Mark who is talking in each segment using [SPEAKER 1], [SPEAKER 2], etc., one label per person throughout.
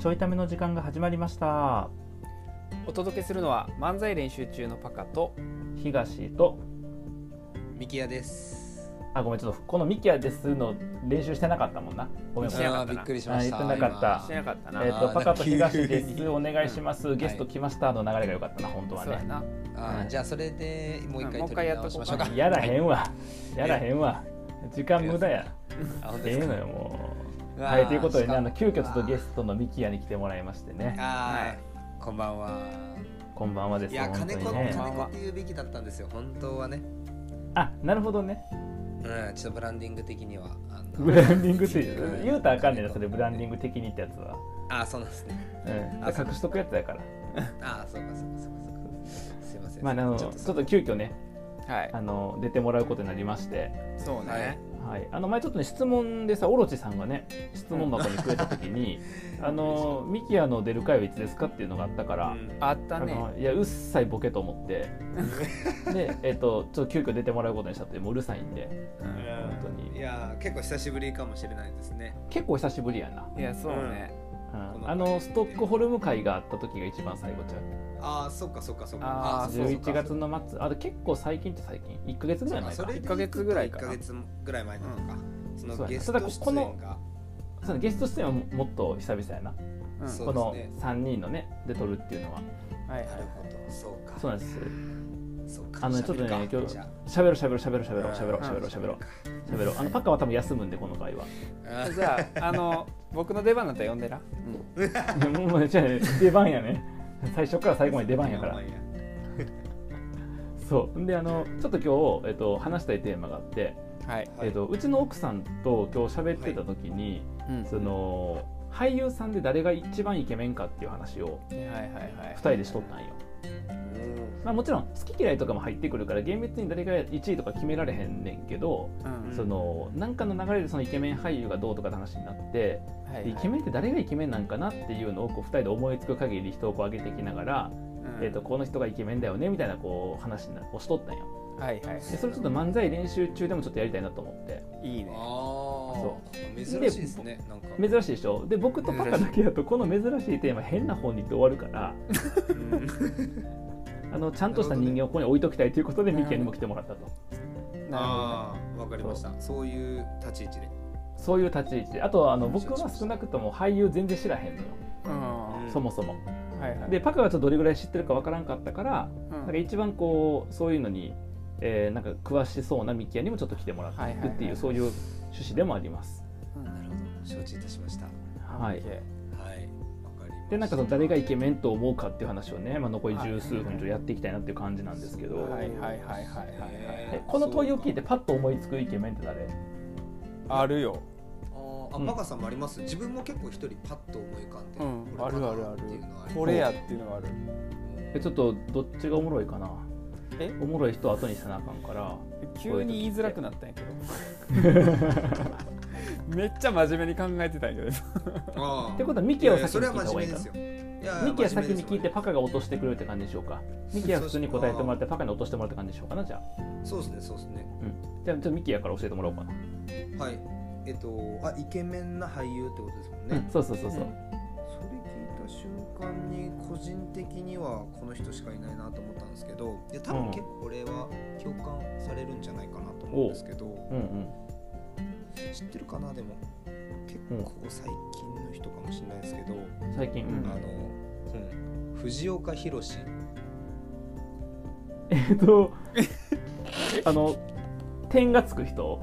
[SPEAKER 1] ちょいための時間が始まりました
[SPEAKER 2] お届けするのは漫才練習中のパカと
[SPEAKER 1] 東と
[SPEAKER 3] ミキヤです。
[SPEAKER 1] あごめんちょっとこのミキヤですの練習してなかったもんなごめん
[SPEAKER 2] し
[SPEAKER 1] ご
[SPEAKER 2] て
[SPEAKER 1] めん
[SPEAKER 2] な
[SPEAKER 1] えっ、
[SPEAKER 2] かったな
[SPEAKER 3] あーびっくりしました。
[SPEAKER 1] あー言ってなかった
[SPEAKER 2] してなかったな。
[SPEAKER 3] え
[SPEAKER 1] と
[SPEAKER 3] あー
[SPEAKER 1] パカと東で
[SPEAKER 3] なんか急
[SPEAKER 1] す
[SPEAKER 3] に
[SPEAKER 1] お願いします、ゲスト来ましたの流れが良かったな本当は
[SPEAKER 2] そうや
[SPEAKER 1] ね
[SPEAKER 2] な。
[SPEAKER 3] 今あーじゃあそれでもう一
[SPEAKER 2] うん
[SPEAKER 3] 回
[SPEAKER 2] もう一回やっと
[SPEAKER 3] 撮
[SPEAKER 2] こう
[SPEAKER 3] り直しましょ
[SPEAKER 2] か
[SPEAKER 3] うか。
[SPEAKER 1] やらへんわやらへんわ時間無駄や
[SPEAKER 3] あ本当で
[SPEAKER 1] え
[SPEAKER 3] す
[SPEAKER 1] え
[SPEAKER 3] か
[SPEAKER 1] のよもう
[SPEAKER 3] うわー
[SPEAKER 1] はいということで
[SPEAKER 3] し
[SPEAKER 1] ね
[SPEAKER 3] か
[SPEAKER 1] あ
[SPEAKER 3] も
[SPEAKER 1] の急遽ちょっとゲストのミキヤに来てもらいましてね
[SPEAKER 3] はい。こんばんは。
[SPEAKER 1] こんばんはです
[SPEAKER 3] いや
[SPEAKER 1] 本
[SPEAKER 3] 金
[SPEAKER 1] 当
[SPEAKER 3] 子
[SPEAKER 1] に
[SPEAKER 3] 金
[SPEAKER 1] ね
[SPEAKER 2] こんばん
[SPEAKER 3] 子っていうべきだったんですよ本当はね。
[SPEAKER 1] あなるほどね
[SPEAKER 3] うんちょっとブランディング的にはあの
[SPEAKER 1] ブランディングっていう言うたらあかんねんなそれブランディング的にってやつは、
[SPEAKER 3] あーそうなんですね。
[SPEAKER 1] うん、
[SPEAKER 3] あそう
[SPEAKER 1] 隠しとくやつやから
[SPEAKER 3] あーそうかそうかそうかそうか。すいません。
[SPEAKER 1] まああのち
[SPEAKER 3] ち
[SPEAKER 1] ょ
[SPEAKER 3] ょっ
[SPEAKER 1] っ
[SPEAKER 3] と
[SPEAKER 1] と急遽ね
[SPEAKER 2] はい。
[SPEAKER 1] あの出てもらうことになりまして、
[SPEAKER 2] そう
[SPEAKER 3] はい
[SPEAKER 2] ね。
[SPEAKER 1] はい、あの前ちょっと、ね、質問でさオロチさんがね質問箱にくれた時に「あのミキヤの出る回はいつですか?」っていうのがあったから、
[SPEAKER 3] うん
[SPEAKER 2] あった
[SPEAKER 1] あ
[SPEAKER 2] ね。
[SPEAKER 1] のいやうっさいボケと思ってで、えっとちょっと急遽出てもらうことにしたってもううるさいんで
[SPEAKER 2] うん
[SPEAKER 1] 本当に
[SPEAKER 3] いやー結構久しぶりかもしれないですね。
[SPEAKER 1] 結構久しぶりやな、
[SPEAKER 2] いやそうね。
[SPEAKER 1] うんあのストックホルム会があった時が一番最後ちゃう
[SPEAKER 3] ああそっかそっかそっか。
[SPEAKER 2] あー
[SPEAKER 3] ーそうそう
[SPEAKER 1] 11月の末あれ結構最近って最近1か月ぐらい前か
[SPEAKER 3] それで
[SPEAKER 2] 1ヶ月ぐらいか
[SPEAKER 3] 1
[SPEAKER 2] な
[SPEAKER 3] ヶ月ぐらい前なのか、そ
[SPEAKER 1] そう
[SPEAKER 3] の
[SPEAKER 1] や
[SPEAKER 3] ゲス
[SPEAKER 1] ただ
[SPEAKER 3] ト
[SPEAKER 1] ここ
[SPEAKER 3] 出
[SPEAKER 1] の
[SPEAKER 3] 演が
[SPEAKER 1] そうねゲスト出演はももっと久々やな、
[SPEAKER 2] うん
[SPEAKER 3] そう
[SPEAKER 1] この
[SPEAKER 3] ですね
[SPEAKER 1] 3人のねで撮るっていうのは
[SPEAKER 2] はいはい
[SPEAKER 3] なるほどそうか
[SPEAKER 1] そうなんです
[SPEAKER 3] そうか
[SPEAKER 1] あのね
[SPEAKER 3] 喋るか
[SPEAKER 1] ちょっとね今日
[SPEAKER 3] じゃ
[SPEAKER 1] しゃべろうしゃべろうしゃべろうしゃべろう
[SPEAKER 3] うん
[SPEAKER 1] しゃべろうしゃべろうしゃべろうしゃべろうあのパッカは多分休むんでこの回は
[SPEAKER 3] あ
[SPEAKER 2] じゃああの僕の出番だったら呼んでな。
[SPEAKER 1] いやもうじゃあね出番やね最初から最後まで出番や からそうんであのちょっと今日、えっと、話したいテーマがあって、
[SPEAKER 2] はい。
[SPEAKER 3] はい
[SPEAKER 1] えっと、うちの奥さんと今日喋ってた時に、
[SPEAKER 2] うん
[SPEAKER 1] その俳優さんで誰が一番イケメンかっていう話を
[SPEAKER 2] はいはいはい。
[SPEAKER 1] 2人でしとったんよ、まあ、もちろん好き嫌いとかも入ってくるから厳密に誰が1位とか決められへんねんけど、
[SPEAKER 2] うん。
[SPEAKER 1] そのなんかの流れでそのイケメン俳優がどうとかって話になって、
[SPEAKER 2] は
[SPEAKER 1] でイケメンって誰がイケメンなんかなっていうのをこう2人で思いつく限り人をこう上げていきながら、えー、とこの人がイケメンだよねみたいなこう話になをしとったんよ
[SPEAKER 2] うんはいはい。
[SPEAKER 1] でそれちょっと漫才練習中でもちょっとやりたいなと思って
[SPEAKER 2] いいね。
[SPEAKER 3] そ
[SPEAKER 1] そう
[SPEAKER 3] 珍しいですねなんか
[SPEAKER 1] 珍しいでしょで僕とパカだけだとこの珍しいテーマ変な方に行って終わるから
[SPEAKER 3] うん
[SPEAKER 1] あのちゃんとした人間をここに置いときたいということで
[SPEAKER 2] な
[SPEAKER 1] ミ
[SPEAKER 2] るほど
[SPEAKER 1] ケにも来てもらったと
[SPEAKER 2] な
[SPEAKER 3] ああわかりましたそういう立ち位置で
[SPEAKER 1] そういう立ち位置であとはあの
[SPEAKER 3] うん
[SPEAKER 1] 僕は少なくとも俳優全然知らへんのよ
[SPEAKER 2] るほど。うん。
[SPEAKER 1] そもそも
[SPEAKER 2] はいはい。
[SPEAKER 1] でパカがちょっとどれぐらい知ってるかわからんかったから
[SPEAKER 2] うん、
[SPEAKER 1] なんか一番こうそういうのに、えーなんか詳しそうなミキヤにもちょっと来てもらって
[SPEAKER 2] はいはい
[SPEAKER 1] る
[SPEAKER 2] はい
[SPEAKER 1] っていうそういう趣旨でもあります。
[SPEAKER 2] うん
[SPEAKER 3] なるほど承知いたしましたは
[SPEAKER 1] はい、
[SPEAKER 2] OK
[SPEAKER 3] いわかりました
[SPEAKER 1] でなんかその誰がイケメンと思うかっていう話をね、まあ、残り
[SPEAKER 2] はい
[SPEAKER 1] 十数分とやっていきたいなっていう感じなんですけど、
[SPEAKER 2] はいはいはいはいはい
[SPEAKER 1] えこの問いを聞いて
[SPEAKER 3] そうか
[SPEAKER 1] パッと思いつくイケメンって誰
[SPEAKER 2] あるよ。
[SPEAKER 3] あー
[SPEAKER 1] うん
[SPEAKER 3] あパカさんもあります自分も結構一人パッと思い浮かんで
[SPEAKER 2] うん
[SPEAKER 3] これかな
[SPEAKER 2] あるあるある
[SPEAKER 3] っていうのはあります
[SPEAKER 2] これやっていうのがある。
[SPEAKER 1] えちょっとどっちがおもろいかな
[SPEAKER 2] え
[SPEAKER 1] おもろい人後にせなあかんから
[SPEAKER 2] 急に言いづらくなったんやけど めっちゃ真面目に考えてたんやけど
[SPEAKER 3] あー
[SPEAKER 1] ってことはミキヤを先に聞いた
[SPEAKER 3] いやいや
[SPEAKER 1] 方
[SPEAKER 3] そ
[SPEAKER 1] がい
[SPEAKER 3] れ
[SPEAKER 1] いか
[SPEAKER 3] は真面目です
[SPEAKER 1] な
[SPEAKER 3] よいや
[SPEAKER 1] ミキヤ先に聞いて
[SPEAKER 3] 真
[SPEAKER 1] パカが落としてくれるって感じでしょうかミキヤ普通に答えてもらってパカに落としてもらうって感じでしょうかなじゃあ、
[SPEAKER 3] 面目ですよそうですねそうですね
[SPEAKER 1] うん、じゃあちょっとミキヤから教えてもらおうかな、
[SPEAKER 3] はいえっとあイケメンな俳優ってことですもん
[SPEAKER 1] う
[SPEAKER 3] ね
[SPEAKER 1] ん、そうそうそうそう、
[SPEAKER 3] それ聞いた瞬間に個人的にはこの人しかいないなと思ったんですけどいや多
[SPEAKER 1] うん
[SPEAKER 3] 分結構これは共感されるんじゃないかなと思うんですけど
[SPEAKER 1] うんうん
[SPEAKER 3] 知ってるかなでも結構最近の人かもしれないですけど
[SPEAKER 1] 最近、
[SPEAKER 2] うん
[SPEAKER 3] あのうん藤岡弘
[SPEAKER 1] えっとあの点がつく人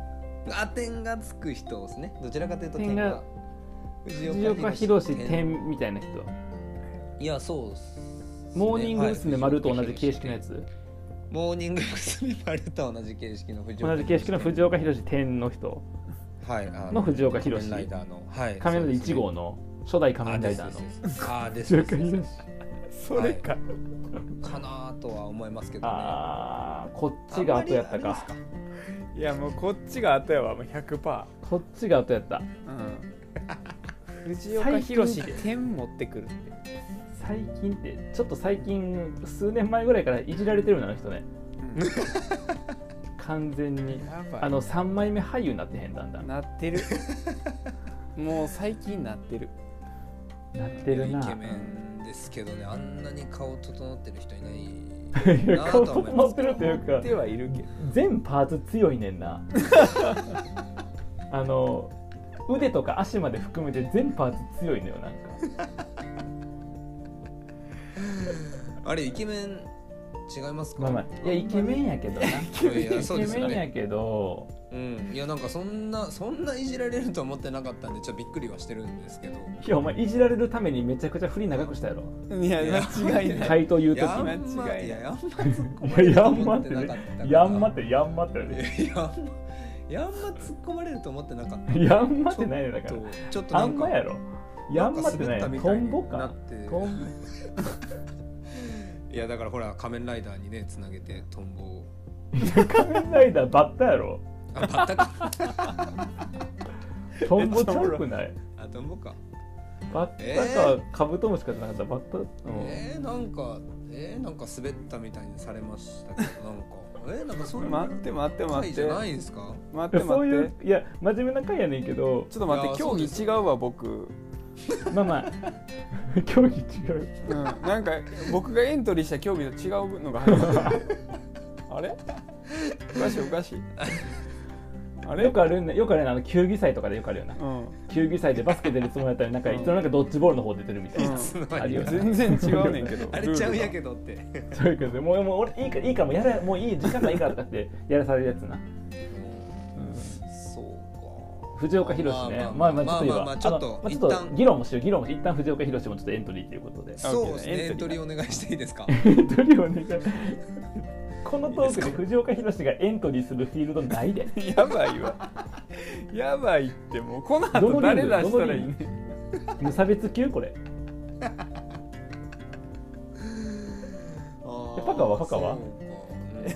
[SPEAKER 3] あ点がつく人ですねどちらかというと
[SPEAKER 1] 点
[SPEAKER 3] 点
[SPEAKER 1] が
[SPEAKER 3] が藤
[SPEAKER 1] 藤岡弘点みたいな人
[SPEAKER 3] いやそうっす
[SPEAKER 1] モーニング娘。丸と同じ形
[SPEAKER 3] 形
[SPEAKER 1] 式のやつ
[SPEAKER 3] モーニング娘。丸と同じ形式の藤岡
[SPEAKER 1] 同じ形式の藤岡弘点の人
[SPEAKER 3] はいあ
[SPEAKER 1] の藤岡弘
[SPEAKER 3] 仮面ライダーのはい
[SPEAKER 1] 仮面ライダー1号の初代仮面ライダーの
[SPEAKER 3] のあーです
[SPEAKER 1] 藤岡
[SPEAKER 3] ですです
[SPEAKER 1] 弘それか、
[SPEAKER 3] かなとは思いますけどね
[SPEAKER 1] あーこっちが後やったか
[SPEAKER 3] あんまりあれで
[SPEAKER 2] いやもうこっちが後やわもう100%、
[SPEAKER 1] こっちが後やった
[SPEAKER 2] うん、藤岡弘点持ってくるって
[SPEAKER 1] 最近ってちょっと最近数年前ぐらいからいじられてるようなあの人ね完全に
[SPEAKER 2] やばい
[SPEAKER 1] あの3枚目俳優になってへんだんだん
[SPEAKER 2] なってるもう最近なってる
[SPEAKER 1] なってる
[SPEAKER 3] イ
[SPEAKER 1] な
[SPEAKER 3] ケメンですけどねあんなに顔整ってる人いない
[SPEAKER 1] いや
[SPEAKER 3] なあ
[SPEAKER 1] 顔
[SPEAKER 3] とは思い
[SPEAKER 1] 整
[SPEAKER 3] ま
[SPEAKER 1] っ
[SPEAKER 3] す
[SPEAKER 1] てるというか
[SPEAKER 2] ではいるけど
[SPEAKER 1] 全パーツ強いねん なあの腕とか足まで含めて全パーツ強いのよなんか
[SPEAKER 3] あれイケメン違いますか
[SPEAKER 1] まあまあいやイケメンやけどなイ
[SPEAKER 3] ケメンいやそう
[SPEAKER 1] ケ
[SPEAKER 3] です
[SPEAKER 1] メ
[SPEAKER 3] よ
[SPEAKER 1] ン
[SPEAKER 3] ね
[SPEAKER 1] やけど
[SPEAKER 3] うんいやなんかそんなそんないじられると思ってなかったんでちょっとびっくりはしてるんですけど
[SPEAKER 1] いやお前いじられるためにめちゃくちゃ振り長くしたやろ
[SPEAKER 2] いや
[SPEAKER 3] いや
[SPEAKER 2] 間違いない
[SPEAKER 1] 回答言う
[SPEAKER 3] い
[SPEAKER 1] 時
[SPEAKER 3] やあんま
[SPEAKER 2] 間違いない
[SPEAKER 3] いややんま
[SPEAKER 1] お前や んまって
[SPEAKER 3] 思ってなか
[SPEAKER 1] ね
[SPEAKER 3] ったから
[SPEAKER 1] やんまってやんまってやで
[SPEAKER 3] いややんまやんま突っ込まれると思ってなかった
[SPEAKER 1] やんまってないねだから
[SPEAKER 3] ちょっと
[SPEAKER 1] あ
[SPEAKER 3] なんん
[SPEAKER 1] ま
[SPEAKER 3] か
[SPEAKER 1] やろやんまってないねトンボ
[SPEAKER 3] な
[SPEAKER 1] か
[SPEAKER 3] って
[SPEAKER 1] トン
[SPEAKER 3] いやだからほら仮面ライダーにねつなげてトンボを
[SPEAKER 1] ボ仮面ライダーバッタやろ
[SPEAKER 3] あバッタか
[SPEAKER 1] トンボちゃうくない
[SPEAKER 3] あトンボか
[SPEAKER 1] バッタかカブトムシかじゃなかったバッタうん
[SPEAKER 3] えー、なんかえー、なんか滑ったみたいにされましたけどなんかえー、なんかそういう
[SPEAKER 2] 待って待って待
[SPEAKER 3] 回
[SPEAKER 2] っ
[SPEAKER 3] じ
[SPEAKER 2] て
[SPEAKER 3] ゃ
[SPEAKER 2] 待
[SPEAKER 3] ないんですか
[SPEAKER 2] って
[SPEAKER 1] そう
[SPEAKER 2] 待
[SPEAKER 1] い
[SPEAKER 2] っ
[SPEAKER 1] う
[SPEAKER 2] て
[SPEAKER 1] いや真面目な回やねんけど
[SPEAKER 2] ちょっと待
[SPEAKER 3] い
[SPEAKER 2] っ
[SPEAKER 3] や
[SPEAKER 2] て競技
[SPEAKER 3] そうです
[SPEAKER 2] 違うわ僕、うん、
[SPEAKER 1] まあ まあ競技違う
[SPEAKER 2] なんか僕がエントリーした競技と違うのが入ってるあれおかしいおかしいあれ
[SPEAKER 1] よくあるねよくあるねあの球技祭とかでよくあるよな
[SPEAKER 2] うん、
[SPEAKER 1] 球技祭でバスケ出るつもりだったらなんか
[SPEAKER 2] うん
[SPEAKER 1] いつの間にかドッジボールの方出てるみたいな、
[SPEAKER 2] うん
[SPEAKER 3] つま
[SPEAKER 1] ある
[SPEAKER 3] り
[SPEAKER 1] よな
[SPEAKER 2] 全然違うねんけど
[SPEAKER 3] あれちゃうんや
[SPEAKER 2] ど
[SPEAKER 3] けどって
[SPEAKER 1] そういうことでもうもう俺いいからいいからもうやらもういい時間ないいからとかってやらされるやつな、
[SPEAKER 3] そうか
[SPEAKER 1] 藤岡弘ねま
[SPEAKER 3] ま
[SPEAKER 1] あ
[SPEAKER 3] あ
[SPEAKER 1] ま
[SPEAKER 3] ま
[SPEAKER 1] あ
[SPEAKER 3] あ
[SPEAKER 1] ちょっと
[SPEAKER 3] まあ
[SPEAKER 1] 今
[SPEAKER 3] まあまあちょっと
[SPEAKER 1] あのまあ
[SPEAKER 3] 一
[SPEAKER 1] ちょっと
[SPEAKER 3] 旦
[SPEAKER 1] 議論もしよう議論もし一旦藤岡弘もちょっとエントリーということ で
[SPEAKER 3] そうですねエ
[SPEAKER 2] エ
[SPEAKER 3] ン
[SPEAKER 2] ン
[SPEAKER 3] ト
[SPEAKER 2] ト
[SPEAKER 3] リ
[SPEAKER 2] リ
[SPEAKER 3] ー
[SPEAKER 2] ー
[SPEAKER 3] お願いしていいですか
[SPEAKER 1] エントリーを願いこのトークで藤岡弘がエントリーするフィールドないで
[SPEAKER 2] やばいわやばいってもうこの
[SPEAKER 1] ど
[SPEAKER 2] 後
[SPEAKER 1] のリ
[SPEAKER 2] 誰
[SPEAKER 1] ング
[SPEAKER 2] 出したらいいね
[SPEAKER 1] 無差別級これえ パカはパカは
[SPEAKER 3] そ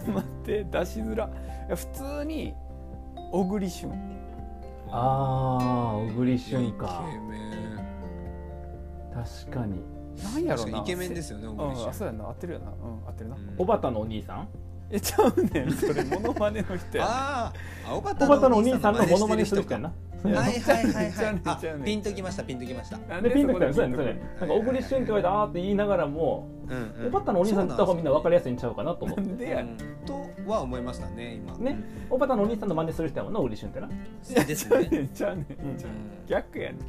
[SPEAKER 3] うか
[SPEAKER 2] 待って出しづらいや普通に小栗旬
[SPEAKER 1] ああ小栗旬
[SPEAKER 3] イ
[SPEAKER 1] か
[SPEAKER 3] ケメン
[SPEAKER 1] 確かに
[SPEAKER 2] なんやろ
[SPEAKER 3] 確か
[SPEAKER 2] な
[SPEAKER 3] にイケメンですよね小栗
[SPEAKER 2] うんあ
[SPEAKER 3] 旬
[SPEAKER 2] そうやな合ってるよなうん合ってるな、
[SPEAKER 3] うん
[SPEAKER 1] 小畑のお兄さん
[SPEAKER 2] えちゃうねんそれモノマネの人や
[SPEAKER 3] あーあ小
[SPEAKER 1] 小
[SPEAKER 3] 畑
[SPEAKER 1] 畑のお兄さんのモノマネする人や
[SPEAKER 3] か
[SPEAKER 1] な
[SPEAKER 3] はいはいはい
[SPEAKER 2] ち
[SPEAKER 3] は
[SPEAKER 2] ゃうね
[SPEAKER 3] い
[SPEAKER 2] ん
[SPEAKER 3] あ
[SPEAKER 2] ちゃうねん
[SPEAKER 3] ピンときましたピンときました
[SPEAKER 2] な
[SPEAKER 1] でピンときたよそうやねそ
[SPEAKER 2] こ
[SPEAKER 1] うや
[SPEAKER 2] でピン
[SPEAKER 1] ねなんか小栗旬って言われてあーって言いながらも
[SPEAKER 3] うんう
[SPEAKER 1] 小
[SPEAKER 3] ん
[SPEAKER 1] 畑のお兄さんって言った方がみんな分かりやすいんちゃうかなと思
[SPEAKER 2] と
[SPEAKER 1] っ
[SPEAKER 2] く
[SPEAKER 1] て
[SPEAKER 2] るなんでやねん
[SPEAKER 3] うんとは思いましたね今
[SPEAKER 1] ね小畑のお兄さんの真似する人やもんな小栗旬ってな
[SPEAKER 3] です
[SPEAKER 2] ちゃう
[SPEAKER 3] ね
[SPEAKER 2] ねん ちゃうねんちゃうねん
[SPEAKER 3] うん
[SPEAKER 2] 逆やねん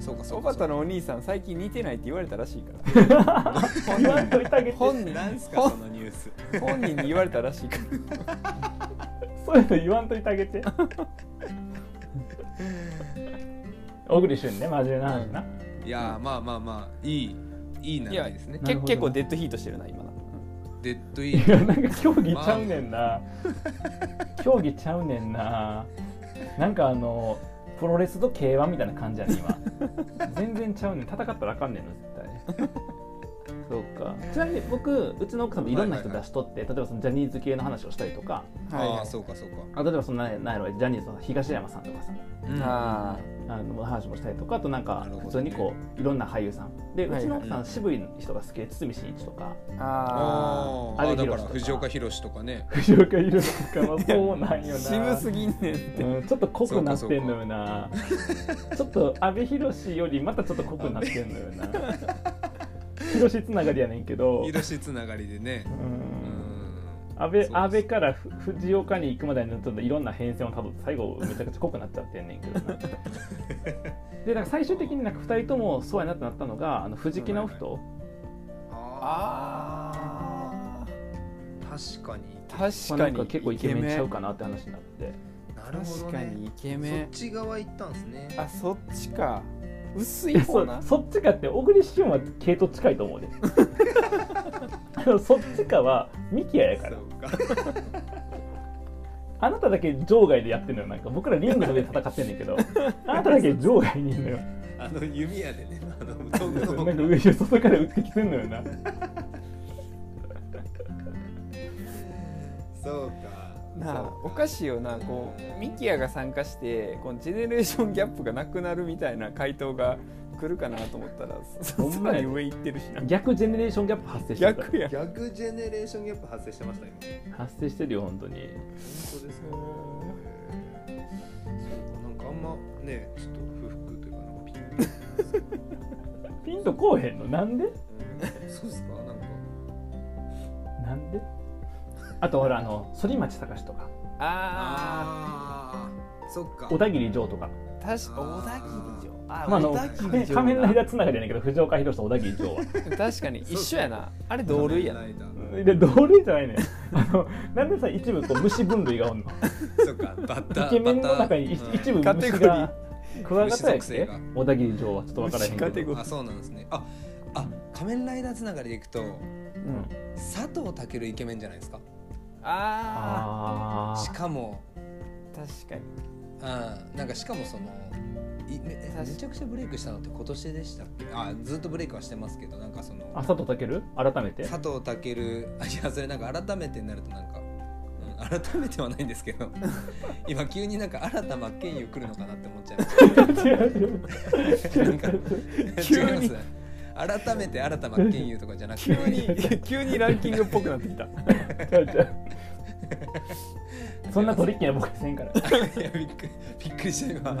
[SPEAKER 3] そうかそうかそ
[SPEAKER 2] 小
[SPEAKER 3] うか
[SPEAKER 2] 畑のお兄さん最近似てないって言われたらしいから
[SPEAKER 1] 言わんといてあげて
[SPEAKER 2] 本人
[SPEAKER 3] なんすかそのニュース
[SPEAKER 2] 本人に言われたらしいから
[SPEAKER 1] そういうの言わんといてあ げて小栗旬ね真面目な話な、
[SPEAKER 3] いやーまあまあまあいいいい流
[SPEAKER 2] いや
[SPEAKER 3] れですね
[SPEAKER 1] なるほど
[SPEAKER 2] け結構デッドヒートしてるな今な
[SPEAKER 3] デッドイー
[SPEAKER 1] いやなんか競技ちゃうねんな、競技ちゃうねんななんかあのプロレスと k 1みたいな感じやねん今全然ちゃうねん戦ったらあかんねんの絶対そうかちなみに僕うちの奥さんもいろんな人出しとって、例えばそのジャニーズ系の話をしたりとか
[SPEAKER 2] はい
[SPEAKER 3] あ
[SPEAKER 2] は
[SPEAKER 3] あ
[SPEAKER 2] い
[SPEAKER 3] そうかそうか
[SPEAKER 1] あ例えばそのなんやろジャニーズの東山さんとかさ
[SPEAKER 3] うん
[SPEAKER 2] あ
[SPEAKER 1] あの話もしたりとかあとなんか
[SPEAKER 3] なるほどね
[SPEAKER 1] 普通にこういろんな俳優さんでうちの奥さ
[SPEAKER 3] はいは
[SPEAKER 1] ん渋い人が好きで堤真一とか
[SPEAKER 2] ーあ
[SPEAKER 3] あ
[SPEAKER 1] あー
[SPEAKER 3] ーあだ
[SPEAKER 1] 阿部
[SPEAKER 3] か
[SPEAKER 1] 寛
[SPEAKER 3] ら
[SPEAKER 1] とか
[SPEAKER 3] 藤岡弘とかね
[SPEAKER 1] 藤岡弘とかもそうなんよな
[SPEAKER 2] 渋すぎんねんって
[SPEAKER 1] うん、ちょっと濃くなってんのよなちょっと阿部寛よりまたちょっと濃くなってんのよ な広しつながりやねんけど、
[SPEAKER 3] 広しつながりでね
[SPEAKER 1] う
[SPEAKER 3] うん
[SPEAKER 1] ん、安
[SPEAKER 3] そうで
[SPEAKER 1] 倍
[SPEAKER 3] す
[SPEAKER 1] 安倍からふ藤岡に行くまでのちょっといろんな変遷をたどって最後めちゃくちゃ濃くなっちゃってんねんけど なでなんか最終的になんか2人ともそうやなってなったのがあの藤木直人
[SPEAKER 2] あ
[SPEAKER 3] 確かに
[SPEAKER 2] ー
[SPEAKER 1] は
[SPEAKER 2] 確
[SPEAKER 1] な
[SPEAKER 2] か
[SPEAKER 1] ん
[SPEAKER 2] に
[SPEAKER 1] か結構イケメンちゃうかなって話になって
[SPEAKER 3] なるほ
[SPEAKER 2] 確
[SPEAKER 3] ど
[SPEAKER 2] か
[SPEAKER 3] ね
[SPEAKER 2] にイケ
[SPEAKER 3] そ
[SPEAKER 2] メ
[SPEAKER 3] っ
[SPEAKER 2] ン
[SPEAKER 3] ち側行ったんですね
[SPEAKER 2] あそっちか薄
[SPEAKER 1] い
[SPEAKER 2] い
[SPEAKER 1] や
[SPEAKER 2] 方
[SPEAKER 1] そ
[SPEAKER 2] な
[SPEAKER 1] そっちかって小栗旬は系統近いと 思うであのそっちかはミキヤやから
[SPEAKER 3] そうか
[SPEAKER 1] あなただけ場外でやってんのよなんか僕らリングの上で戦ってんねんけど あなただけ場外にいんのよ
[SPEAKER 3] あの弓矢で ねあのトング
[SPEAKER 1] な
[SPEAKER 3] の
[SPEAKER 1] ん
[SPEAKER 3] 方
[SPEAKER 1] か上外
[SPEAKER 3] から
[SPEAKER 1] から打ってきてんのよな
[SPEAKER 3] そうか
[SPEAKER 2] なあお
[SPEAKER 3] そう
[SPEAKER 2] かしいよなこうミキヤが参加してこのジェネレーションギャップがなくなるみたいな回答が来るかなと思ったらさ
[SPEAKER 1] ほんまや
[SPEAKER 2] らに上行ってるしな
[SPEAKER 1] 逆ジェネレーションギャップ発生してるから
[SPEAKER 2] 逆や
[SPEAKER 3] 逆ジェネレーションギャップ発生してました今本
[SPEAKER 1] 発生してるよ本当に
[SPEAKER 3] 当ですねそうかなんかあんまねちょっと不服というかなんかピン
[SPEAKER 1] ピンとこうへんのなんで
[SPEAKER 3] うん そうっすかなんか
[SPEAKER 1] なんであとほらあの反町隆史とか
[SPEAKER 2] あ
[SPEAKER 3] ああそっか
[SPEAKER 1] 小田切城とか
[SPEAKER 2] あ確か小田切城あ、
[SPEAKER 1] まああの
[SPEAKER 2] 小田
[SPEAKER 1] 仮
[SPEAKER 2] 切城
[SPEAKER 1] 面ライダーつながりやねんけど藤岡弘と小田切城は
[SPEAKER 2] 確かに一緒やなあれ同類やな
[SPEAKER 3] 仮面ライ
[SPEAKER 1] で同類じゃないね んあのなんでさ一部こう虫分類がおんの
[SPEAKER 3] ダーそっかバッター
[SPEAKER 1] イケメンの中にい
[SPEAKER 3] バッター
[SPEAKER 1] 一部
[SPEAKER 2] カ
[SPEAKER 1] 虫
[SPEAKER 2] テゴリ
[SPEAKER 1] が
[SPEAKER 2] ー
[SPEAKER 1] クワガタやっ
[SPEAKER 3] 虫属
[SPEAKER 1] け
[SPEAKER 3] 性が
[SPEAKER 1] 小田切城はちょっと分からへん
[SPEAKER 2] 虫カ
[SPEAKER 1] け
[SPEAKER 2] テ
[SPEAKER 1] ど
[SPEAKER 2] ゴ
[SPEAKER 3] うんあそうなんですねああ仮面ライダーつながりでいくと
[SPEAKER 2] うん
[SPEAKER 3] 佐藤健イケメンじゃないですか
[SPEAKER 2] あ
[SPEAKER 1] あ
[SPEAKER 3] し
[SPEAKER 1] あ
[SPEAKER 3] かも
[SPEAKER 2] ー確かに
[SPEAKER 3] あーなんかしかもそのいめえ
[SPEAKER 2] 確かに
[SPEAKER 3] めちゃくちゃブレイクしたのって今年でしたっけあずっとブレイクはしてますけどなんかその
[SPEAKER 1] 佐藤健改めて
[SPEAKER 3] 佐藤健あいやそれなんか改めてになるとなんか、うん、改めてはないんです けど今急になんか新田真剣佑来るのかなって思っちゃいまし
[SPEAKER 1] 違う
[SPEAKER 3] たなんか
[SPEAKER 2] 急に
[SPEAKER 3] 違います改めて新田真剣佑とかじゃなくて
[SPEAKER 2] 急 に 急にランキングっぽくなってきた
[SPEAKER 1] 違う違う違うそんなトリッキーな僕せんから、
[SPEAKER 3] いやびっくりびっくりした今、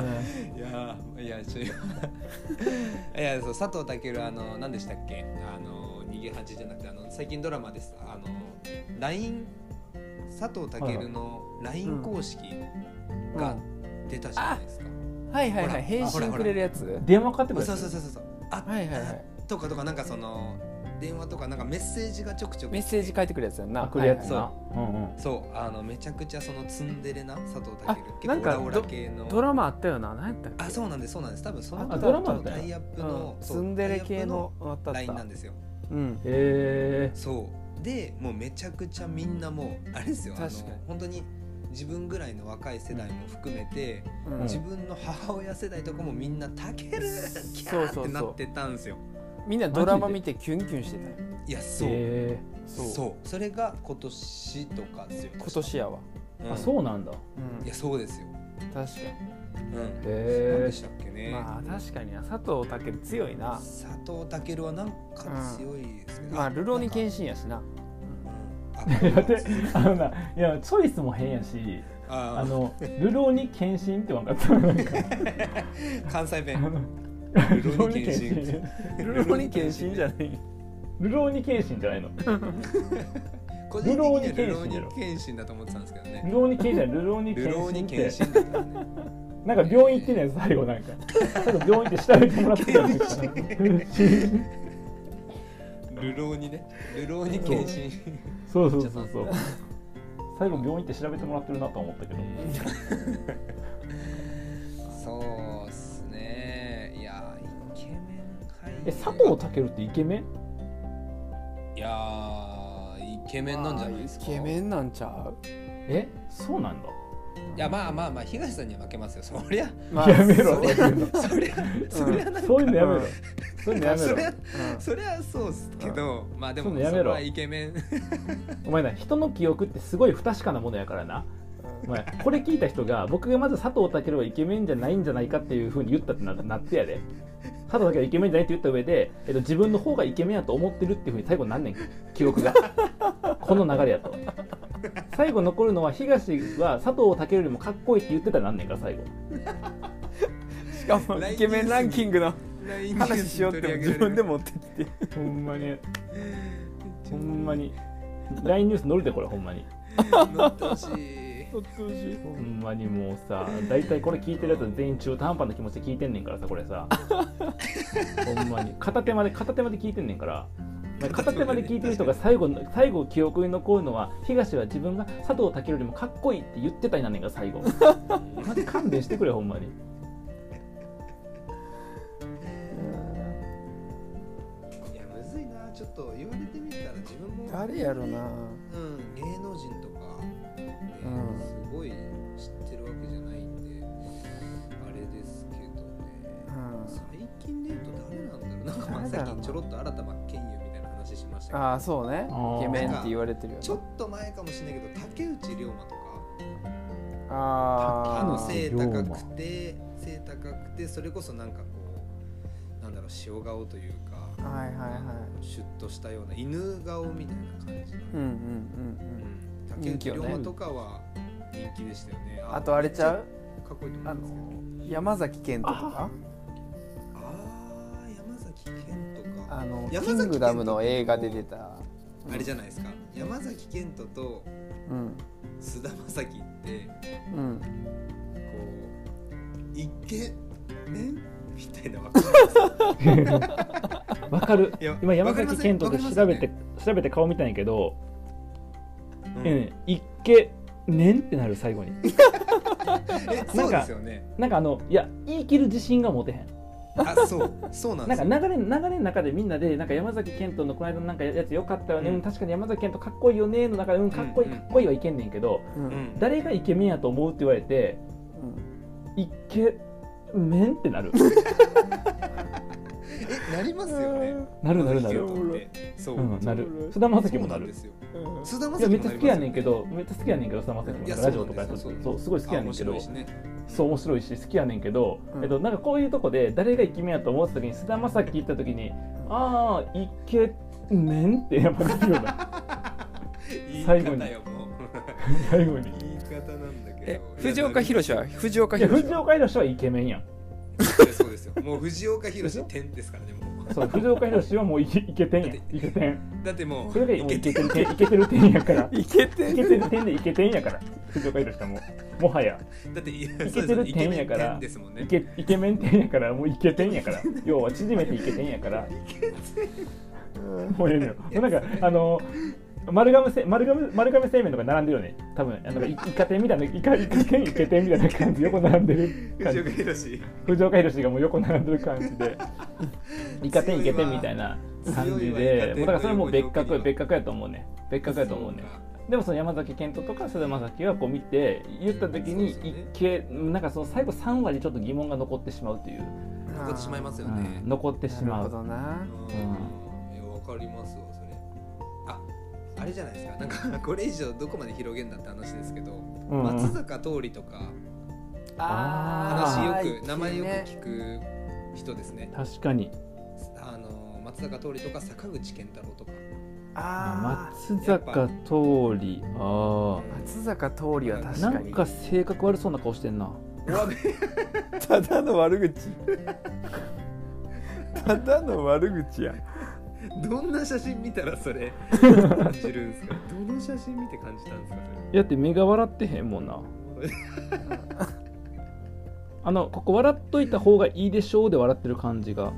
[SPEAKER 3] いやーいやちょいいやそう佐藤健あの何でしたっけあの逃げ恥じゃなくてあの最近ドラマですあの LINE 佐藤健の LINE 公式が出たじゃないですか、
[SPEAKER 2] はいはい
[SPEAKER 3] ほ
[SPEAKER 2] は
[SPEAKER 3] ら
[SPEAKER 2] い返
[SPEAKER 3] ほ
[SPEAKER 2] 信
[SPEAKER 3] らほら
[SPEAKER 2] くれるやつ
[SPEAKER 1] 電話かかってく
[SPEAKER 3] あ
[SPEAKER 1] る
[SPEAKER 3] そうそうそうそうそうあ
[SPEAKER 2] はいはいはい
[SPEAKER 3] とかとかなんかその電話とかなんかメッセージがちょくちょく
[SPEAKER 2] メッセージ書いてくるやつやんな
[SPEAKER 1] あ来るやつ
[SPEAKER 2] はい
[SPEAKER 1] な、うんうん
[SPEAKER 3] そうあのめちゃくちゃそのツンデレな佐藤
[SPEAKER 2] あ
[SPEAKER 3] 健
[SPEAKER 2] なん
[SPEAKER 3] 結構
[SPEAKER 2] か
[SPEAKER 3] オラオラ系の
[SPEAKER 2] はいドラマあったよな何やったっけ
[SPEAKER 3] あそうなんですそうなんです多分その
[SPEAKER 1] あ
[SPEAKER 3] 後
[SPEAKER 1] ドラマだった
[SPEAKER 3] タイアップの
[SPEAKER 2] うん
[SPEAKER 3] そう
[SPEAKER 2] ツンデレ
[SPEAKER 3] タイアッ
[SPEAKER 2] 系
[SPEAKER 3] プ
[SPEAKER 2] のあったあっ
[SPEAKER 3] LINE な
[SPEAKER 2] た
[SPEAKER 3] んですよ
[SPEAKER 2] うん
[SPEAKER 1] へえ
[SPEAKER 3] そうでもうめちゃくちゃみんなもうあれですよあの
[SPEAKER 2] 確かに
[SPEAKER 3] 本当に自分ぐらいの若い世代も含めて、
[SPEAKER 2] うん
[SPEAKER 3] 自分の母親世代とかもみんな「たける!」キ
[SPEAKER 2] そ
[SPEAKER 3] ャ
[SPEAKER 2] うそうそ
[SPEAKER 3] ーっ
[SPEAKER 2] う
[SPEAKER 3] てなってたんですよ
[SPEAKER 2] みんなドラマ見てキュンキュンしてたよ
[SPEAKER 3] いやそう、
[SPEAKER 1] へ
[SPEAKER 3] そ
[SPEAKER 2] そうう
[SPEAKER 3] それが今年とかですよ
[SPEAKER 2] 今年やわ
[SPEAKER 1] え
[SPEAKER 3] 確
[SPEAKER 1] あ
[SPEAKER 3] かう
[SPEAKER 1] そうなんだへ
[SPEAKER 3] んいやそうですよ
[SPEAKER 2] 確か
[SPEAKER 3] うん何
[SPEAKER 1] え
[SPEAKER 3] でしたっけ
[SPEAKER 2] に
[SPEAKER 3] ね、
[SPEAKER 2] まあ確かにな佐藤健強いな
[SPEAKER 3] 佐藤健はなんか強いですね、
[SPEAKER 2] まあルロニケン
[SPEAKER 3] シ
[SPEAKER 2] シンやしな
[SPEAKER 3] うん
[SPEAKER 1] だって あのないやチョイスも変やし
[SPEAKER 3] あ
[SPEAKER 1] あ
[SPEAKER 3] あの
[SPEAKER 1] のルローに献身って分かったなんか
[SPEAKER 3] 関西
[SPEAKER 1] あ
[SPEAKER 3] 弁
[SPEAKER 1] の
[SPEAKER 3] ル
[SPEAKER 1] ルロ
[SPEAKER 3] ロー
[SPEAKER 1] ー
[SPEAKER 3] ニ
[SPEAKER 1] に
[SPEAKER 3] ケン
[SPEAKER 1] 献
[SPEAKER 3] シン
[SPEAKER 1] 身
[SPEAKER 2] ルロニケンシンじゃない
[SPEAKER 1] ルローに献身じゃないのル
[SPEAKER 3] 個人的に
[SPEAKER 1] ルロ
[SPEAKER 3] はルロー
[SPEAKER 1] ーニケンシン
[SPEAKER 3] ニ
[SPEAKER 1] やろ
[SPEAKER 3] ケンシンだと思ってたんですけどね
[SPEAKER 1] ローに献身じゃないルローに
[SPEAKER 3] ルロー
[SPEAKER 1] 献
[SPEAKER 3] ニ
[SPEAKER 1] 身
[SPEAKER 3] ケン
[SPEAKER 1] っ
[SPEAKER 3] シ
[SPEAKER 1] て
[SPEAKER 3] ンだったね
[SPEAKER 1] なんか病院行ってんねん最後なんかちょっと病院って調べてもらってたんです
[SPEAKER 3] ルローニねルローニケンシン
[SPEAKER 1] そうそうそうそう最後病院って調べてもらってるなと思ったけど
[SPEAKER 3] そうっすねいやーイケメン俳優
[SPEAKER 1] え佐藤健ってイケメン
[SPEAKER 3] いやーイケメンなんじゃないですか
[SPEAKER 2] イケメンなんちゃう
[SPEAKER 1] えそうなんだ
[SPEAKER 3] いやまあまあまあ東さんには負けますよそりゃ
[SPEAKER 2] ま
[SPEAKER 1] やめろ
[SPEAKER 2] それ
[SPEAKER 3] そりゃそりゃなんか、
[SPEAKER 1] そういうのやめろそういうのやめ
[SPEAKER 3] そ
[SPEAKER 1] ろ
[SPEAKER 3] りゃそりゃそうっすけど、まあでも
[SPEAKER 1] そ
[SPEAKER 3] そ
[SPEAKER 1] んなやめろ
[SPEAKER 3] こはイケメン
[SPEAKER 1] お前な人の記憶ってすごい不確かなものやからなお前これ聞いた人が僕がまず佐藤健はイケメンじゃないんじゃないかっていうふうに言ったってななってやで佐藤健はイケメンじゃないって言った上で、えっと、自分の方がイケメンやと思ってるっていうふうに最後になんねん記憶が この流れやと最後残るのは東は佐藤健よりもかっこいいって言ってたらなんねんから最後
[SPEAKER 2] しかもイケメンランキングの話しようっても自分で
[SPEAKER 3] も
[SPEAKER 2] 持ってきて
[SPEAKER 1] ほんまにほんまに LINE ニュース乗るでこれほんまに
[SPEAKER 3] 乗ってほしい
[SPEAKER 1] ほんまにもうさ大体これ聞いてるやつは全員中途半端な気持ちで聞いてんねんからさこれ さほんまに片手まで片手まで聞いてんねんからお前片手まで聞いてる人が最後の最後記憶に残るのは東は自分が佐藤健よりもかっこいいって言ってたりなんねんから最 後マジ勘弁してくれほんまに
[SPEAKER 3] いやむずいなちょっと言われてみたら自分も
[SPEAKER 2] 誰やろな
[SPEAKER 3] うん芸能人とか、ね
[SPEAKER 2] うん
[SPEAKER 3] すごい知ってるわけじゃないんであれですけ
[SPEAKER 2] う
[SPEAKER 3] どね、
[SPEAKER 2] ん
[SPEAKER 3] 最近で言うと誰なんだろうなんかまあ
[SPEAKER 2] 誰だろう
[SPEAKER 3] 最
[SPEAKER 2] な
[SPEAKER 3] 近ちょろっと新田真剣佑みたいな話しましたけど
[SPEAKER 2] ああそうね
[SPEAKER 1] あー
[SPEAKER 2] イケメンって言われてるよ
[SPEAKER 3] ちょ
[SPEAKER 2] ね
[SPEAKER 3] っと前かもしれないけど竹内涼真とか
[SPEAKER 2] あ
[SPEAKER 3] あ
[SPEAKER 2] ー
[SPEAKER 3] の背高くて背高くてそれこそなんかこうなんだろう塩顔というか、
[SPEAKER 2] はいはいは
[SPEAKER 3] シュッとしたような犬顔みたいな感じの
[SPEAKER 2] いうんうんうん
[SPEAKER 3] うん竹内涼真とかは人気でしたよね。
[SPEAKER 2] うんあとあれちゃう
[SPEAKER 3] かっこいいと思
[SPEAKER 2] あ
[SPEAKER 3] うん
[SPEAKER 2] の
[SPEAKER 3] ですけど。
[SPEAKER 2] 山崎賢人とか
[SPEAKER 3] ああー、崎健人か
[SPEAKER 2] あのキ
[SPEAKER 3] 山崎
[SPEAKER 2] ングダムの映画で出た、
[SPEAKER 3] あれじゃないですか山崎健人と
[SPEAKER 2] うん
[SPEAKER 3] 菅田将暉って
[SPEAKER 2] うん、
[SPEAKER 3] こう一見ねみた いなわかる
[SPEAKER 1] わかる
[SPEAKER 3] いや
[SPEAKER 1] 今山
[SPEAKER 3] わかりま
[SPEAKER 1] 崎
[SPEAKER 3] せん
[SPEAKER 1] 賢人って調べて、
[SPEAKER 3] わ
[SPEAKER 1] 調べて顔見たんやけど、
[SPEAKER 3] う
[SPEAKER 1] うんん一見ねんってなる最後に
[SPEAKER 3] えそうですよね
[SPEAKER 1] なんかあのいや言い切る自信が持てへん
[SPEAKER 3] あそうそうなんで
[SPEAKER 1] なん
[SPEAKER 3] す
[SPEAKER 1] か
[SPEAKER 3] よ
[SPEAKER 1] 流れ流れの中でみんなでなんか山崎賢人のこの間のなんかやつよかったよね、
[SPEAKER 3] うん
[SPEAKER 1] うん確かに山崎賢人かっこいいよねの中で、うん、かっこいい
[SPEAKER 3] うんう
[SPEAKER 1] か
[SPEAKER 3] ん
[SPEAKER 1] っこいいはいけんねんけど、
[SPEAKER 2] う
[SPEAKER 3] うんん
[SPEAKER 1] 誰がイケメンやと思うって言われてイケメンって なる
[SPEAKER 3] えなりますよね
[SPEAKER 1] なるなるなる、
[SPEAKER 3] 山崎賢人ってそう、
[SPEAKER 1] うん、なる
[SPEAKER 2] そう
[SPEAKER 1] 菅田将暉
[SPEAKER 3] そう
[SPEAKER 1] も
[SPEAKER 3] な
[SPEAKER 1] なん
[SPEAKER 3] で
[SPEAKER 1] る
[SPEAKER 3] すよ
[SPEAKER 2] うん
[SPEAKER 3] 菅田将
[SPEAKER 1] いや
[SPEAKER 3] 暉もなりますよね
[SPEAKER 1] めっちゃ好きやねんけどめっちゃ好きやねんけど菅田将
[SPEAKER 3] い
[SPEAKER 1] 暉
[SPEAKER 3] や
[SPEAKER 1] もラジオとかやって
[SPEAKER 3] そうなんですよ
[SPEAKER 1] そうすごい好きやねんけど
[SPEAKER 3] あ面白いしね
[SPEAKER 1] そう面白いし好きやねんけど、
[SPEAKER 2] うん
[SPEAKER 1] えっと、なんかこういうとこで誰がイケメンやと思ってた時に菅田将暉行った時に「ああイケメン」ってやっぱできるような
[SPEAKER 3] 言い
[SPEAKER 1] 最後に
[SPEAKER 3] 方よもう
[SPEAKER 1] 最後に。
[SPEAKER 3] 言い方なんだけ
[SPEAKER 2] え
[SPEAKER 3] ど
[SPEAKER 2] 藤岡
[SPEAKER 3] いや
[SPEAKER 2] 弘は藤岡
[SPEAKER 1] いや
[SPEAKER 2] 弘
[SPEAKER 1] 藤岡弘はイケメンやん
[SPEAKER 3] いやそうですよもう藤岡弘点ですからねもう
[SPEAKER 1] そう藤岡弘はもうイケイケてんやんイケてん
[SPEAKER 3] だっても
[SPEAKER 1] それ
[SPEAKER 3] う
[SPEAKER 1] がもうイケてる点イケてる点やから
[SPEAKER 2] いけ
[SPEAKER 1] イ
[SPEAKER 2] て
[SPEAKER 1] ケてる点でイケてんやから藤岡弘はもうもはや
[SPEAKER 3] だってい
[SPEAKER 1] イ
[SPEAKER 3] やそう
[SPEAKER 1] ケて
[SPEAKER 3] ですよ
[SPEAKER 1] る点やか
[SPEAKER 3] イケメン
[SPEAKER 1] ら
[SPEAKER 3] 点ですもん
[SPEAKER 1] イ
[SPEAKER 3] ね
[SPEAKER 1] ケイケメン点やからもうイケてんやから要は縮めてイケてんやからもうええのよもうなんかあの丸亀せ丸亀丸亀製麺とか並んでるよね多分あのイイカ天みたいなイカイカ天イケ天みたいな感じ横並んでる感
[SPEAKER 3] 藤
[SPEAKER 1] じ
[SPEAKER 3] 岡弘
[SPEAKER 1] 藤岡弘がもう横並んでる感じ でイカ天イケ天みたいな感じ
[SPEAKER 3] 強いわ
[SPEAKER 1] でもうだからそれはもう別
[SPEAKER 3] 強い
[SPEAKER 1] 格
[SPEAKER 3] わ
[SPEAKER 1] 別格やと思うね別格やと思うね
[SPEAKER 3] そうか
[SPEAKER 1] でもその山崎賢人とか菅田将暉はこう見て言った時に
[SPEAKER 3] そうです
[SPEAKER 1] 一
[SPEAKER 3] よね
[SPEAKER 1] 見、なんかその最後3割ちょっと疑問が残ってしまうという、
[SPEAKER 3] 残ってしまいますよ
[SPEAKER 1] う
[SPEAKER 3] ね
[SPEAKER 1] ん残ってし
[SPEAKER 2] なる
[SPEAKER 1] ま
[SPEAKER 2] ほ
[SPEAKER 1] う
[SPEAKER 2] どな
[SPEAKER 3] うんいやわかりますわそれああれじゃないですかなんか これ以上どこまで広げんだって話ですけど、
[SPEAKER 1] うん
[SPEAKER 3] 松坂桃李とか
[SPEAKER 1] あ
[SPEAKER 3] 話
[SPEAKER 1] ー
[SPEAKER 3] よく、名前よく聞く人ですね
[SPEAKER 1] 確かに
[SPEAKER 3] あの松坂桃李とか坂口健太郎とか
[SPEAKER 2] あー
[SPEAKER 1] 松坂桃李あ
[SPEAKER 2] 松坂桃李は
[SPEAKER 1] あ
[SPEAKER 2] 確
[SPEAKER 1] な
[SPEAKER 2] か
[SPEAKER 1] ん
[SPEAKER 2] に
[SPEAKER 1] か性格悪そうな顔してんな
[SPEAKER 2] ただの悪口ただの悪口や
[SPEAKER 3] どんな写真見たら それ感じるんですかどの写真見て感じたんですか
[SPEAKER 1] いやだって目が笑ってへんもんな
[SPEAKER 3] それ
[SPEAKER 1] あのここ笑っといた方がいいでしょうで笑ってる感じが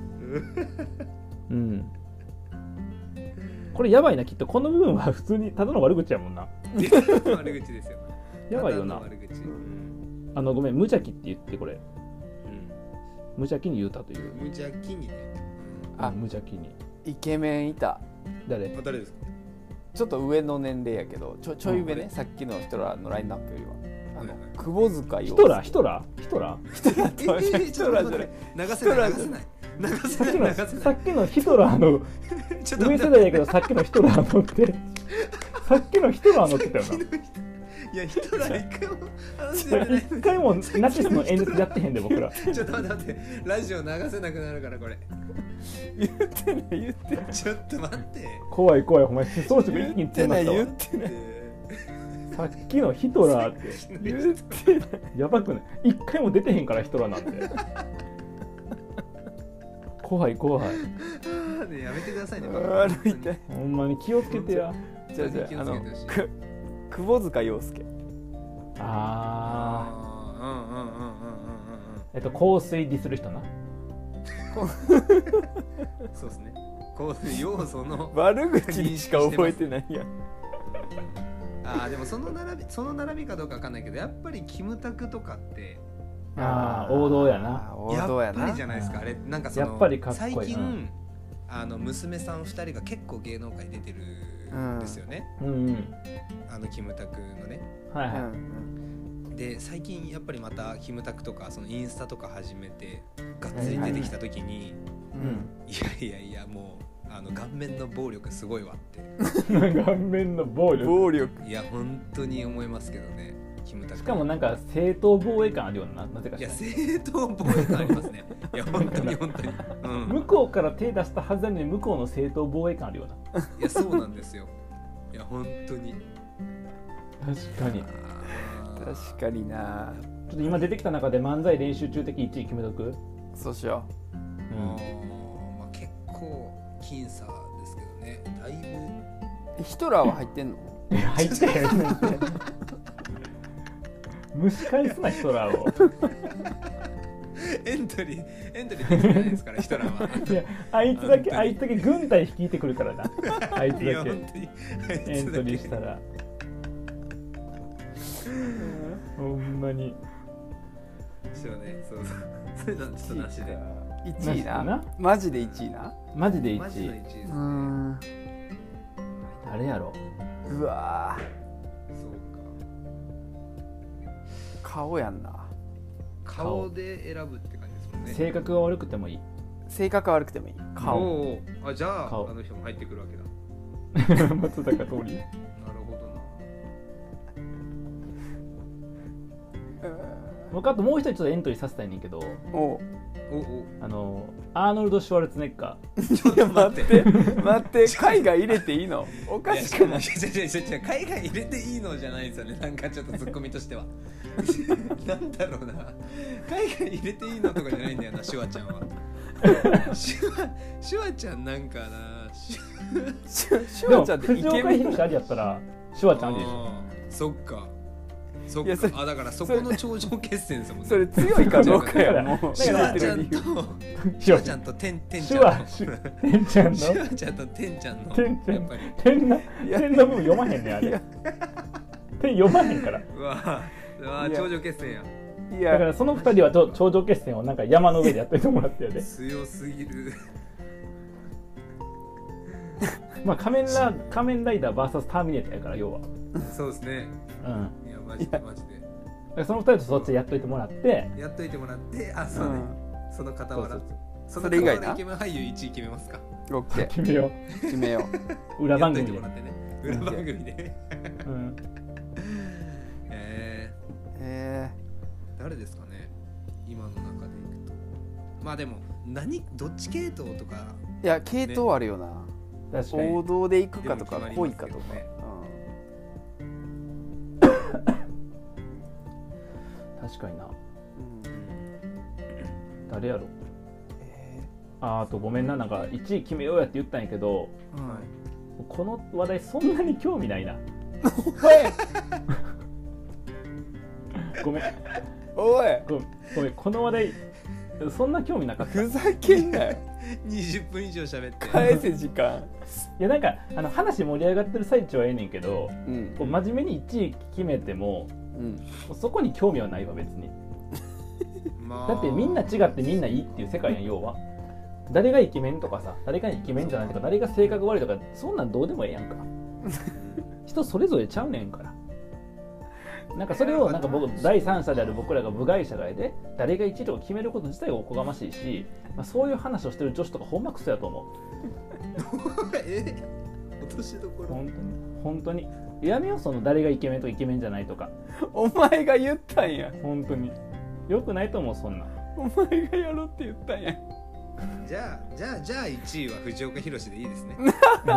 [SPEAKER 1] うんこれやばいなきっとこの部分は普通にただの悪口やもんな
[SPEAKER 3] 悪口ですよ
[SPEAKER 1] やばいよな
[SPEAKER 3] ただの悪口、うん
[SPEAKER 1] あのごめん無邪気って言ってこれ無邪気に言うたという
[SPEAKER 3] 無邪気にね、
[SPEAKER 2] あ
[SPEAKER 1] 無邪気に
[SPEAKER 2] イケメンいた
[SPEAKER 1] 誰
[SPEAKER 3] うん、あ誰ですか
[SPEAKER 2] ちょっと上の年齢やけどちょちょい上
[SPEAKER 3] う
[SPEAKER 2] ねさっきの人らのラインナップよりはあの
[SPEAKER 3] はいはい
[SPEAKER 2] 窪塚洋
[SPEAKER 1] ヒトラーヒトラーヒトラー
[SPEAKER 3] えええちょっと待って流せない流せない流
[SPEAKER 1] さ
[SPEAKER 3] せ
[SPEAKER 1] っ
[SPEAKER 3] な
[SPEAKER 1] き
[SPEAKER 3] い
[SPEAKER 1] の
[SPEAKER 3] 流せ
[SPEAKER 1] さ
[SPEAKER 3] な
[SPEAKER 1] っきのヒトラーの
[SPEAKER 3] いちょっと
[SPEAKER 1] 上
[SPEAKER 3] 待
[SPEAKER 1] 世
[SPEAKER 3] って
[SPEAKER 1] 代やけどさっきのヒトラー乗ってさっきのヒトラー乗ってたよ
[SPEAKER 3] いやヒトラー一回も話して
[SPEAKER 1] な
[SPEAKER 3] ない
[SPEAKER 1] 一回もナチスの演説やってへんで僕ら
[SPEAKER 3] ちょっと待って待ってラジオ流せなくなるからこれ
[SPEAKER 2] 言ってない言ってない
[SPEAKER 3] ちょっと待って
[SPEAKER 1] 怖い怖いお前思想色一気
[SPEAKER 2] 言
[SPEAKER 1] に
[SPEAKER 2] って
[SPEAKER 1] 強
[SPEAKER 2] な
[SPEAKER 1] ま
[SPEAKER 2] い
[SPEAKER 1] った
[SPEAKER 2] 言
[SPEAKER 1] わ
[SPEAKER 2] ってない
[SPEAKER 1] さっきのヒトラーって
[SPEAKER 2] 言ってない
[SPEAKER 1] やばくない一回も出てへんからヒトラーなんて怖い怖い
[SPEAKER 3] ねやめてくださいね
[SPEAKER 2] 歩いて
[SPEAKER 1] ほんまに気をつけてや
[SPEAKER 2] じゃあじゃ
[SPEAKER 3] 気
[SPEAKER 2] ああ
[SPEAKER 3] をつけ
[SPEAKER 2] の
[SPEAKER 3] てほしい
[SPEAKER 2] く窪塚洋介
[SPEAKER 1] あー
[SPEAKER 3] あうんうんうんうんうんうん
[SPEAKER 1] えっと、香水ディスる人な。
[SPEAKER 3] うんそうですねこういう要素の
[SPEAKER 2] 悪口にしか覚えてないやん
[SPEAKER 3] あーでもその並びその並びかどうかわかんないけどやっぱりキムタクとかって
[SPEAKER 1] あー王道やな
[SPEAKER 2] あー王道やな
[SPEAKER 3] っぱりじゃないですかあれなんかその
[SPEAKER 1] やっぱりかっこいい
[SPEAKER 3] 最近、
[SPEAKER 1] うん
[SPEAKER 3] あの娘さん2人が結構芸能界出てるんですよね、
[SPEAKER 1] うんうん。
[SPEAKER 3] あのキムタクのね
[SPEAKER 1] はいうは
[SPEAKER 2] ん
[SPEAKER 3] で最近やっぱりまたキムタクとかそのインスタとか始めてがっつり出てきた時に、
[SPEAKER 2] うん
[SPEAKER 3] いやいやいやもうあの顔面の暴力すごいわって
[SPEAKER 1] い。顔面の暴
[SPEAKER 2] うん
[SPEAKER 1] 力。
[SPEAKER 2] 暴力
[SPEAKER 3] いや本当に思いますけどねキムタク
[SPEAKER 1] しかもなんか正当防衛感あるような、なぜか
[SPEAKER 3] い
[SPEAKER 1] し
[SPEAKER 3] や
[SPEAKER 1] ら。
[SPEAKER 3] 正当防衛感ありますねいや本当に本当に、うん、
[SPEAKER 1] 向こうから手出したはずなのに向こうの正当防衛感あるよう
[SPEAKER 3] いやそうなんですよいや本当に
[SPEAKER 1] な。確かに。ち
[SPEAKER 3] あー
[SPEAKER 2] 確かにな
[SPEAKER 1] ょっと今出てきた中で漫才練習中的1位決めとく
[SPEAKER 2] そうしよ
[SPEAKER 1] う
[SPEAKER 3] あ
[SPEAKER 1] ん。
[SPEAKER 3] ーまあ、結構僅差ですけどねだいぶ
[SPEAKER 2] えヒトラーは入ってんの
[SPEAKER 1] いや入ってへんねんて蒸し返すなヒトラーを
[SPEAKER 3] エントリーエントリーできてないですからヒトラーは
[SPEAKER 1] いやあいつだけ
[SPEAKER 3] 本当に
[SPEAKER 1] あいつだけ軍隊率いてくる からなあいつ
[SPEAKER 3] い
[SPEAKER 1] だ
[SPEAKER 3] や本
[SPEAKER 1] け
[SPEAKER 3] 当に
[SPEAKER 1] エントリー
[SPEAKER 3] あいつだけ
[SPEAKER 1] したらほんまに
[SPEAKER 3] そうねそうそうそれなんちょっとなしで
[SPEAKER 2] 1位な
[SPEAKER 1] なし
[SPEAKER 2] マジで1位な
[SPEAKER 1] マジで
[SPEAKER 3] マジの1位
[SPEAKER 1] 1位
[SPEAKER 3] ですね
[SPEAKER 2] うーん
[SPEAKER 1] あれやろ
[SPEAKER 2] うわ
[SPEAKER 3] そう
[SPEAKER 2] ー顔やんな
[SPEAKER 3] か
[SPEAKER 1] 顔
[SPEAKER 3] 顔で選ぶって感じですもんね
[SPEAKER 1] 性格が悪くてもいい
[SPEAKER 2] 性格悪くてもいい顔
[SPEAKER 3] おうあじゃあ
[SPEAKER 1] 顔
[SPEAKER 3] あの人も入ってくるわけだ
[SPEAKER 1] 松坂桃李
[SPEAKER 3] なるほどな
[SPEAKER 1] 僕あともう一人ちょっとエントリーさせたいねんけど
[SPEAKER 2] おう
[SPEAKER 3] お お
[SPEAKER 1] あのアーノルド・シュワルツェネッガ
[SPEAKER 3] ちょっと待って
[SPEAKER 2] 待って海外入れていいのお
[SPEAKER 3] いや違
[SPEAKER 2] か
[SPEAKER 3] う違う違う
[SPEAKER 2] しくない
[SPEAKER 3] 違う海外入れていいのじゃないんですよねなんかちょっとツッコミとしてはなんだろうな海外入れていいのとかじゃないんだよなシュワちゃんはシュワシュワちゃんなんかなシュ
[SPEAKER 2] シュシ
[SPEAKER 1] ー
[SPEAKER 2] ュ
[SPEAKER 1] で
[SPEAKER 2] ワ
[SPEAKER 1] も
[SPEAKER 2] ちゃんってイ
[SPEAKER 1] 藤
[SPEAKER 2] ケ
[SPEAKER 1] 岡
[SPEAKER 2] メン
[SPEAKER 1] 弘ありやったらシュワちゃんありでしょ
[SPEAKER 3] あーそっかそっ
[SPEAKER 2] いやそれ
[SPEAKER 3] かあだからそこの頂上決戦ですもんね
[SPEAKER 2] それ強いかどうかやもう
[SPEAKER 3] シュワちゃ
[SPEAKER 2] 言
[SPEAKER 3] ん
[SPEAKER 2] うてる理由
[SPEAKER 3] とシ
[SPEAKER 1] シ
[SPEAKER 3] ュ
[SPEAKER 1] ュ
[SPEAKER 3] ワ
[SPEAKER 1] ワ
[SPEAKER 3] ち
[SPEAKER 1] ち
[SPEAKER 3] ゃ
[SPEAKER 1] ゃ
[SPEAKER 3] ん
[SPEAKER 1] ん
[SPEAKER 3] とテンテン
[SPEAKER 1] シ
[SPEAKER 3] ち
[SPEAKER 1] ュ
[SPEAKER 3] ゃん
[SPEAKER 1] ワ
[SPEAKER 3] の
[SPEAKER 1] シュ天ちゃん
[SPEAKER 3] シュ
[SPEAKER 1] の
[SPEAKER 3] ワちゃんとテンちゃんの
[SPEAKER 1] 天ちゃ
[SPEAKER 3] やっ
[SPEAKER 1] ん
[SPEAKER 3] ぱり
[SPEAKER 1] 天の
[SPEAKER 2] いや
[SPEAKER 1] 天の部分読まへんねんあ
[SPEAKER 2] い
[SPEAKER 1] れ
[SPEAKER 2] や
[SPEAKER 1] 天読まへんから
[SPEAKER 3] うわーうわー
[SPEAKER 2] いや
[SPEAKER 3] 頂上決戦や
[SPEAKER 2] い
[SPEAKER 1] だから
[SPEAKER 2] や
[SPEAKER 1] その二人はと頂上決戦をなんか山の上でやっといてもらったよね
[SPEAKER 3] 強すぎる
[SPEAKER 1] まあ仮面ラ仮面ライダー VS ターミネーターやから要は
[SPEAKER 3] そうですね
[SPEAKER 1] うん
[SPEAKER 3] いやマジでマジで
[SPEAKER 1] だからその二人とそっちでやっといてもらって
[SPEAKER 3] やっといてもらって、あ、
[SPEAKER 2] う
[SPEAKER 3] そうね、
[SPEAKER 2] ん
[SPEAKER 3] その傍
[SPEAKER 1] そうそ
[SPEAKER 3] ら
[SPEAKER 1] う。そ
[SPEAKER 3] そ
[SPEAKER 2] それ以外な
[SPEAKER 3] の傍らイケメン俳優1位決めますか。
[SPEAKER 2] オッ
[SPEAKER 1] う
[SPEAKER 2] ケ
[SPEAKER 1] 決めよ
[SPEAKER 2] ー決めよ
[SPEAKER 1] う裏番
[SPEAKER 3] やっ
[SPEAKER 1] 組
[SPEAKER 3] とい
[SPEAKER 1] で
[SPEAKER 3] てもらってね。裏番組で。
[SPEAKER 1] うん
[SPEAKER 3] え
[SPEAKER 2] うえ
[SPEAKER 3] ー、誰ですかね、今の中でいくと。まあでも、何、どっち系統とか、
[SPEAKER 2] ーいや系統あるよな
[SPEAKER 1] 確かに
[SPEAKER 2] 王道で行くかとか
[SPEAKER 3] でも
[SPEAKER 2] 濃い
[SPEAKER 3] 決
[SPEAKER 2] かとか
[SPEAKER 3] まりますけどね
[SPEAKER 1] 確かにな
[SPEAKER 2] うんうん
[SPEAKER 1] 誰やろ
[SPEAKER 2] え
[SPEAKER 1] あーあとごめんななんか1位決めようやって言ったんやけど
[SPEAKER 2] ーうん
[SPEAKER 3] はい
[SPEAKER 1] この話題そんなに興味ない なごめん
[SPEAKER 2] おい
[SPEAKER 1] ごめんごめんこの話題そんな興味なかったい
[SPEAKER 2] ふざけんな よ
[SPEAKER 3] 20分以上喋って。
[SPEAKER 2] 返せ時間
[SPEAKER 1] やなんかあの話盛り上がってる最中はええねんけど
[SPEAKER 2] うん
[SPEAKER 1] こう真面目に1位決めても
[SPEAKER 2] うん
[SPEAKER 1] そこに興味はないわ別に
[SPEAKER 3] まあ
[SPEAKER 1] だってみんな違ってみんないいっていう世界やん要は誰がイケメンとかさ誰がイケメンじゃないとか誰が性格悪いとかそんなんどうでもええ やんか人それぞれちゃうねんからなんかそれをなんか僕第三者である僕らが部外者がいて誰が一位とか決めること自体がおこがましいし、まあ、そういう話をしてる女子とかほんまクソやと思
[SPEAKER 3] え落としど
[SPEAKER 1] う
[SPEAKER 3] ころ。
[SPEAKER 1] 本当に本当にやめようその誰がイケメンとかイケメンじゃないとか
[SPEAKER 2] お前が言ったんや
[SPEAKER 1] 本当によくないと思う そんなん
[SPEAKER 2] お前がやろって言ったんや
[SPEAKER 3] じゃあ、じゃあ、じゃあ1位は藤岡弘でい いですね。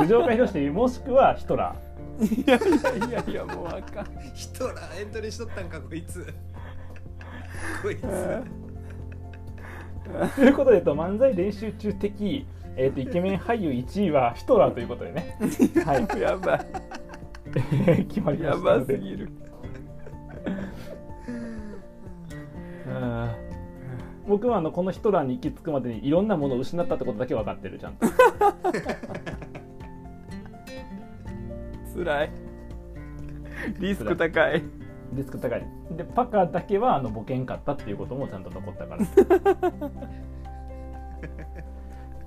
[SPEAKER 1] 藤岡弘でもしくはヒトラ
[SPEAKER 2] いやいやいやいやもうあかん
[SPEAKER 3] ヒトラーエントリーしとったんか、こいつ。こいつ。
[SPEAKER 1] ーということで、えっと、漫才練習中的、えっとイケメン俳優1位はヒトラーということで ね、はい、
[SPEAKER 2] やば い
[SPEAKER 1] 決まりま
[SPEAKER 2] や
[SPEAKER 1] した
[SPEAKER 2] ば
[SPEAKER 1] の
[SPEAKER 2] す
[SPEAKER 1] で
[SPEAKER 2] ぎる
[SPEAKER 1] うん僕はあのこのヒトラーに行き着くまでにいろんなものを失ったってことだけ分かってるちゃ んと
[SPEAKER 2] つらいリスク高い
[SPEAKER 1] リスク高いでパカだけはあのボケんかったっていうこともちゃんと残ったから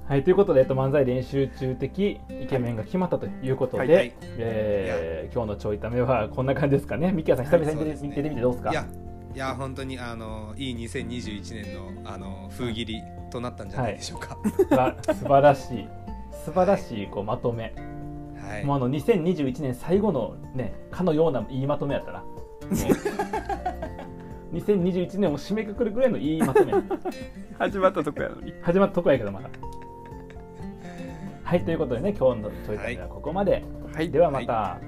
[SPEAKER 1] はいということで、えっと、漫才練習中的イケメンが決まったということで、
[SPEAKER 2] はいはい
[SPEAKER 1] えー今日のちょいためはこんな感じですかねミキヤさん久々
[SPEAKER 3] はいそう
[SPEAKER 1] に
[SPEAKER 3] で
[SPEAKER 1] 出
[SPEAKER 3] す
[SPEAKER 1] て,、
[SPEAKER 3] ね
[SPEAKER 1] 出てみてどうですか
[SPEAKER 3] いやいや本当にあのいい2021年のあの風切りとなったんじゃないでしょうか。
[SPEAKER 1] わ素晴らしい素晴らしいこうまとめ、
[SPEAKER 3] はい。
[SPEAKER 1] もうあの2021年最後のねかのような言いまとめやったらもう2021年を締めくくるぐらいのいいまとめ
[SPEAKER 2] 始まったとこやのに
[SPEAKER 1] 始まったとこやけどまだはいということでね今日のちょいためはここまで、
[SPEAKER 2] はい
[SPEAKER 1] ではまた、
[SPEAKER 3] は